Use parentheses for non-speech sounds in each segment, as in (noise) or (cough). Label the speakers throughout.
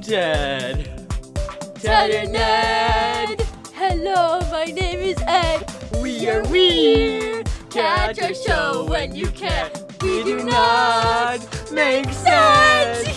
Speaker 1: Ted.
Speaker 2: Ted and Ed. Hello, my name is Ed.
Speaker 1: We are weird.
Speaker 2: Catch our show when you can.
Speaker 1: We do not make sense.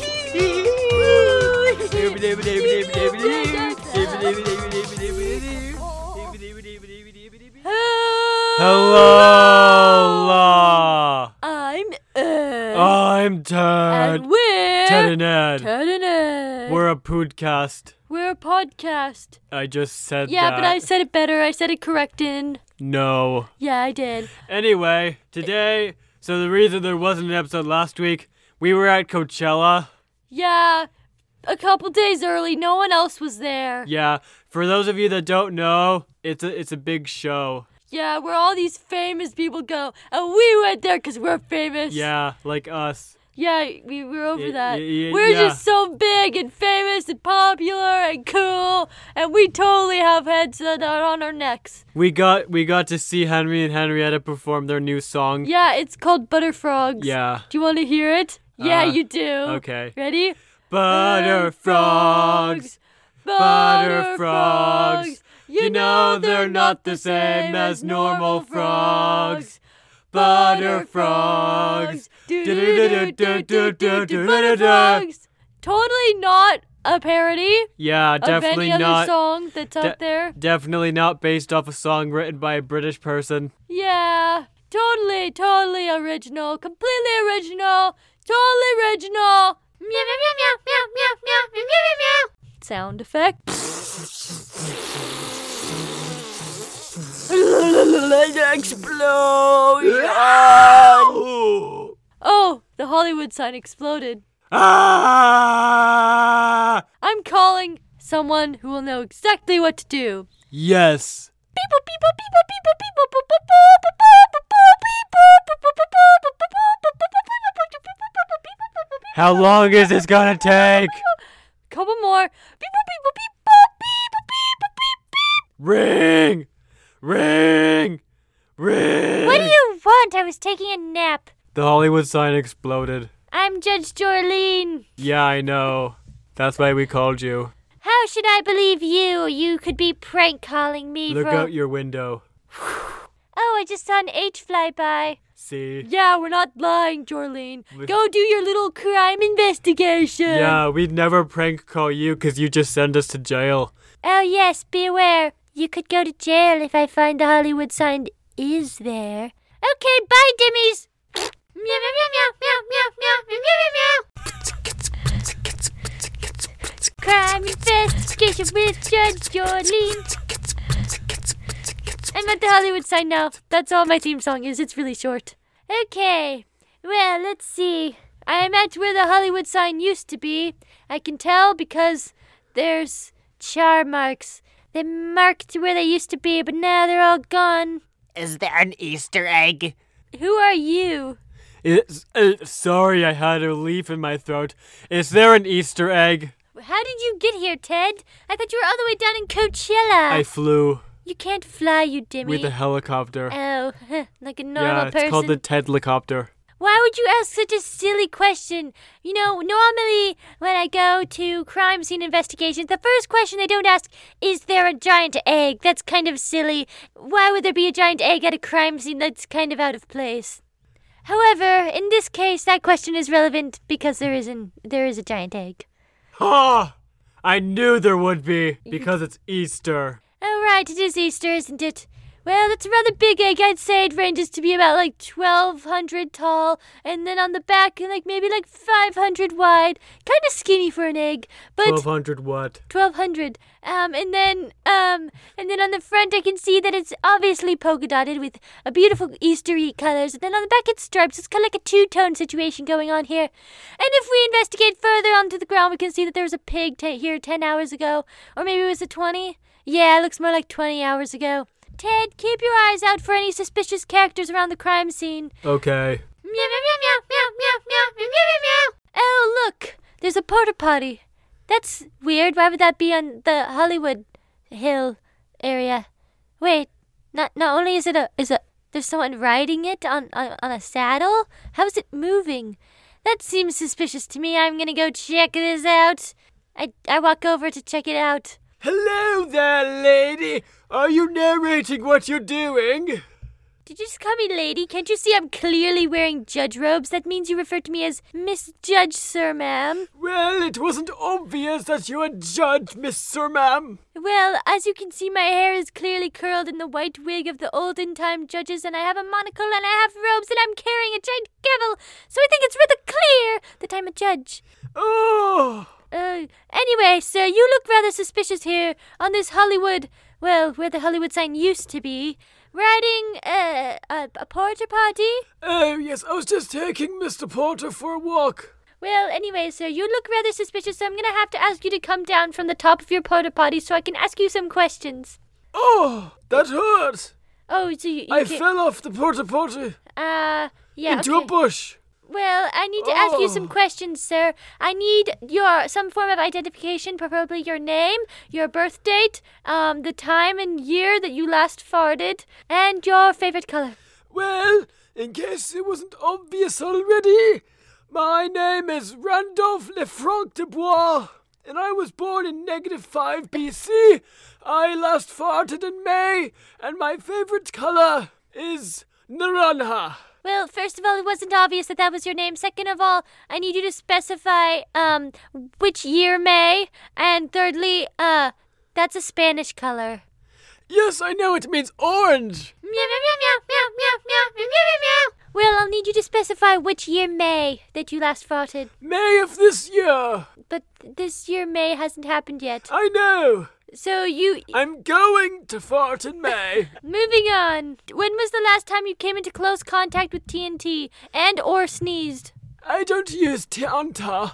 Speaker 1: Hello, La.
Speaker 2: I'm Ed.
Speaker 1: I'm Ted.
Speaker 2: and we're
Speaker 1: Ted and Ed.
Speaker 2: Ted and Ed.
Speaker 1: We're a podcast.
Speaker 2: We're a podcast.
Speaker 1: I just said
Speaker 2: Yeah,
Speaker 1: that.
Speaker 2: but I said it better. I said it correctin'.
Speaker 1: No.
Speaker 2: Yeah, I did.
Speaker 1: Anyway, today, so the reason there wasn't an episode last week, we were at Coachella.
Speaker 2: Yeah, a couple days early. No one else was there.
Speaker 1: Yeah, for those of you that don't know, it's a it's a big show.
Speaker 2: Yeah, where all these famous people go, and we went there because we're famous.
Speaker 1: Yeah, like us.
Speaker 2: Yeah, we were over
Speaker 1: Y-
Speaker 2: that.
Speaker 1: y- y-
Speaker 2: we're
Speaker 1: yeah.
Speaker 2: just so big and famous and popular and cool, and we totally have heads that are on our necks.
Speaker 1: We got we got to see Henry and Henrietta perform their new song.
Speaker 2: Yeah, it's called Butterfrogs.
Speaker 1: Yeah.
Speaker 2: Do you want to hear it? Yeah,
Speaker 1: Uh,
Speaker 2: you do.
Speaker 1: Okay.
Speaker 2: Ready?
Speaker 1: Butterfrogs. Butterfrogs.
Speaker 2: Butterfrogs.
Speaker 1: You know they're not the same as normal frogs. Butterfrogs.
Speaker 2: Butterfrogs. Totally not a parody
Speaker 1: Yeah,
Speaker 2: of
Speaker 1: definitely
Speaker 2: any other
Speaker 1: not
Speaker 2: song that's out there.
Speaker 1: definitely not based off a song written by a British person.
Speaker 2: Yeah. Totally, totally original. Completely original. Totally original. Meow, meow, meow, meow, meow, meow, meow, meow, meow, meow, meow. Sound effect. Oh, the Hollywood sign exploded.
Speaker 1: Ah!
Speaker 2: I'm calling someone who will know exactly what to do.
Speaker 1: Yes. How long is this gonna take?
Speaker 2: Couple more.
Speaker 1: Ring! Ring! Ring!
Speaker 2: What do you want? I was taking a nap.
Speaker 1: The Hollywood sign exploded.
Speaker 2: I'm Judge Jorlene.
Speaker 1: Yeah, I know. That's why we called you.
Speaker 2: How should I believe you? You could be prank calling me
Speaker 1: Look
Speaker 2: from.
Speaker 1: out your window.
Speaker 2: Oh, I just saw an H fly by.
Speaker 1: See?
Speaker 2: Yeah, we're not lying, Jorlene.
Speaker 1: Look-
Speaker 2: Go do your little crime investigation.
Speaker 1: Yeah, we'd never prank call you because you just send us to jail.
Speaker 2: Oh, yes, be aware. You could go to jail if I find the Hollywood sign is there. Okay, bye, Dimmies. meow, meow, meow, meow, meow, meow, meow, meow, meow, meow. Crime investigation with Judge Jolene. I'm at the Hollywood sign now. That's all my theme song is. It's really short. Okay. Well, let's see. I am at where the Hollywood sign used to be. I can tell because there's char marks. They marked where they used to be, but now they're all gone.
Speaker 3: Is there an Easter egg?
Speaker 2: Who are you?
Speaker 1: It's, uh, sorry, I had a leaf in my throat. Is there an Easter egg?
Speaker 2: How did you get here, Ted? I thought you were all the way down in Coachella.
Speaker 1: I flew
Speaker 2: you can't fly, you dimmy.
Speaker 1: with a helicopter.
Speaker 2: Oh, (laughs) like a normal
Speaker 1: Yeah,
Speaker 2: person.
Speaker 1: it's called the Tedlicopter.
Speaker 2: Why would you ask such a silly question? You know, normally when I go to crime scene investigations, the first question they don't ask is there a giant egg? That's kind of silly. Why would there be a giant egg at a crime scene? That's kind of out of place. However, in this case, that question is relevant because there is an there is a giant egg.
Speaker 1: Ha! I knew there would be because it's Easter.
Speaker 2: Oh right, it is Easter, isn't it? Well, it's a rather big egg. I'd say it ranges to be about like 1,200 tall, and then on the back, like maybe like 500 wide. Kind of skinny for an egg, but
Speaker 1: 1200 what?
Speaker 2: 1,200. Um, and then um, and then on the front, I can see that it's obviously polka dotted with a beautiful Eastery colors. And then on the back, it's stripes. It's kind of like a two-tone situation going on here. And if we investigate further onto the ground, we can see that there was a pig ta here 10 hours ago, or maybe it was a 20. Yeah, it looks more like 20 hours ago. Ted, keep your eyes out for any suspicious characters around the crime scene.
Speaker 1: Okay.
Speaker 2: Meow, meow, meow, meow, meow, meow, meow, meow, meow, meow, meow. Oh, look, there's a porta potty. That's weird. Why would that be on the Hollywood Hill area? Wait, not not only is it a is a there's someone riding it on on, on a saddle. How is it moving? That seems suspicious to me. I'm gonna go check this out. I, I walk over to check it out.
Speaker 1: Hello there, lady. Are you narrating what you're doing?
Speaker 2: Did you just call me lady? Can't you see I'm clearly wearing judge robes? That means you refer to me as Miss Judge, sir, ma'am.
Speaker 1: Well, it wasn't obvious that you had judged, Miss Sir Ma'am.
Speaker 2: Well, as you can see, my hair is clearly curled in the white wig of the olden time judges, and I have a monocle and I have robes, and I'm carrying a giant gavel, so I think it's rather clear that I'm a judge.
Speaker 1: Oh,
Speaker 2: Uh, anyway, sir, you look rather suspicious here on this Hollywood, well, where the Hollywood sign used to be, riding uh, a, a porter party.
Speaker 1: oh yes, I was just taking Mr. Porter for a walk.
Speaker 2: Well, anyway, sir, you look rather suspicious, so I'm gonna have to ask you to come down from the top of your porta potty so I can ask you some questions.
Speaker 1: Oh, that hurt.
Speaker 2: Oh, so you, you
Speaker 1: I
Speaker 2: can,
Speaker 1: fell off the porta potty
Speaker 2: uh, yeah,
Speaker 1: into
Speaker 2: okay.
Speaker 1: a bush.
Speaker 2: Well, I need to ask you some
Speaker 1: Oh.
Speaker 2: questions, sir. I need your some form of identification, preferably your name, your birth date, um, the time and year that you last farted, and your favorite color.
Speaker 1: Well, in case it wasn't obvious already, my name is Randolph Lefranc de Bois, and I was born in negative 5 BC. I last farted in May, and my favorite color is naranja.
Speaker 2: Well, first of all, it wasn't obvious that that was your name. Second of all, I need you to specify um which year May, and thirdly, uh, that's a Spanish color.
Speaker 1: Yes, I know it means orange.
Speaker 2: Meow meow meow meow meow meow meow meow meow meow. Well, I'll need you to specify which year May that you last farted.
Speaker 1: May of this year.
Speaker 2: But th- this year May hasn't happened yet.
Speaker 1: I know.
Speaker 2: So you
Speaker 1: I'm going to fart in
Speaker 2: (laughs)
Speaker 1: May.
Speaker 2: moving on. When was the last time you came into close contact with TNT and or sneezed?
Speaker 1: I don't use Tianta.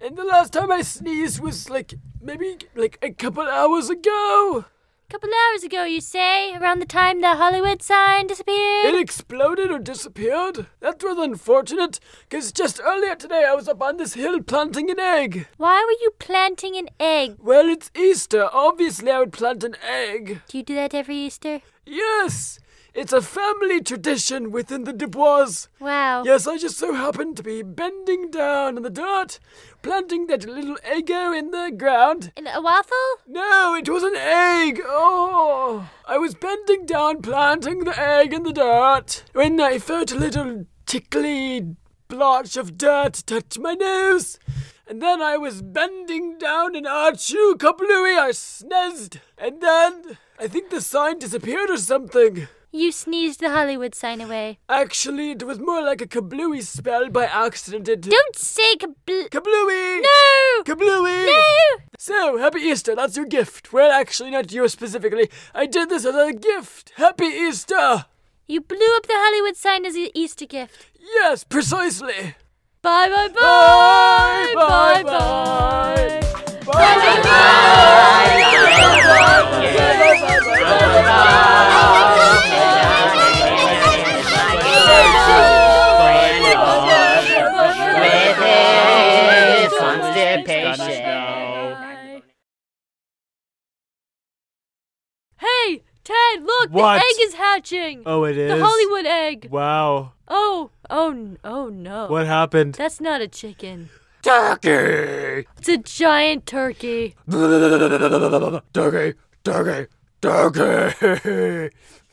Speaker 1: And the last time I sneezed was like maybe like a couple hours ago.
Speaker 2: Couple hours ago, you say, around the time the Hollywood sign
Speaker 1: It
Speaker 2: disappeared.
Speaker 1: exploded or disappeared. That's rather unfortunate, because just earlier today I was up on this hill planting an egg.
Speaker 2: Why were you planting an egg?
Speaker 1: Well, it's Easter. Obviously, I would plant an egg.
Speaker 2: Do you do that every Easter?
Speaker 1: Yes, it's a family tradition within the Dubois.
Speaker 2: Wow.
Speaker 1: Yes, I just so happened to be bending down in the dirt, planting that little eggo in the ground,
Speaker 2: And a waffle?
Speaker 1: No, it was an egg. Oh, I was bending down, planting the egg in the dirt, when I felt a little tickly blotch of dirt touch my nose. And then I was bending down, and achoo, kablooey, I sneezed. And then I think the sign disappeared or something.
Speaker 2: You sneezed the Hollywood sign away.
Speaker 1: Actually, it was more like a kablooey spell by accident. It
Speaker 2: Don't say kabl-
Speaker 1: kablooey,
Speaker 2: No!
Speaker 1: kablooey.
Speaker 2: No!
Speaker 1: So, happy Easter, that's your gift. Well, actually, not you specifically. I did this as a gift. Happy Easter!
Speaker 2: You blew up the Hollywood sign as an Easter gift.
Speaker 1: Yes, precisely.
Speaker 2: Bye bye
Speaker 1: Bye,
Speaker 2: bye!
Speaker 1: bye,
Speaker 2: Bye bye!
Speaker 1: Bye bye Oh,
Speaker 3: With his constipation.
Speaker 2: Hey, Ted, look,
Speaker 1: What?
Speaker 2: the egg is hatching.
Speaker 1: Oh, it is?
Speaker 2: the Hollywood egg.
Speaker 1: Wow.
Speaker 2: Oh, oh, n- oh no.
Speaker 1: What happened?
Speaker 2: That's not a chicken.
Speaker 1: Turkey!
Speaker 2: It's a giant turkey.
Speaker 1: Turkey! Turkey! Turkey!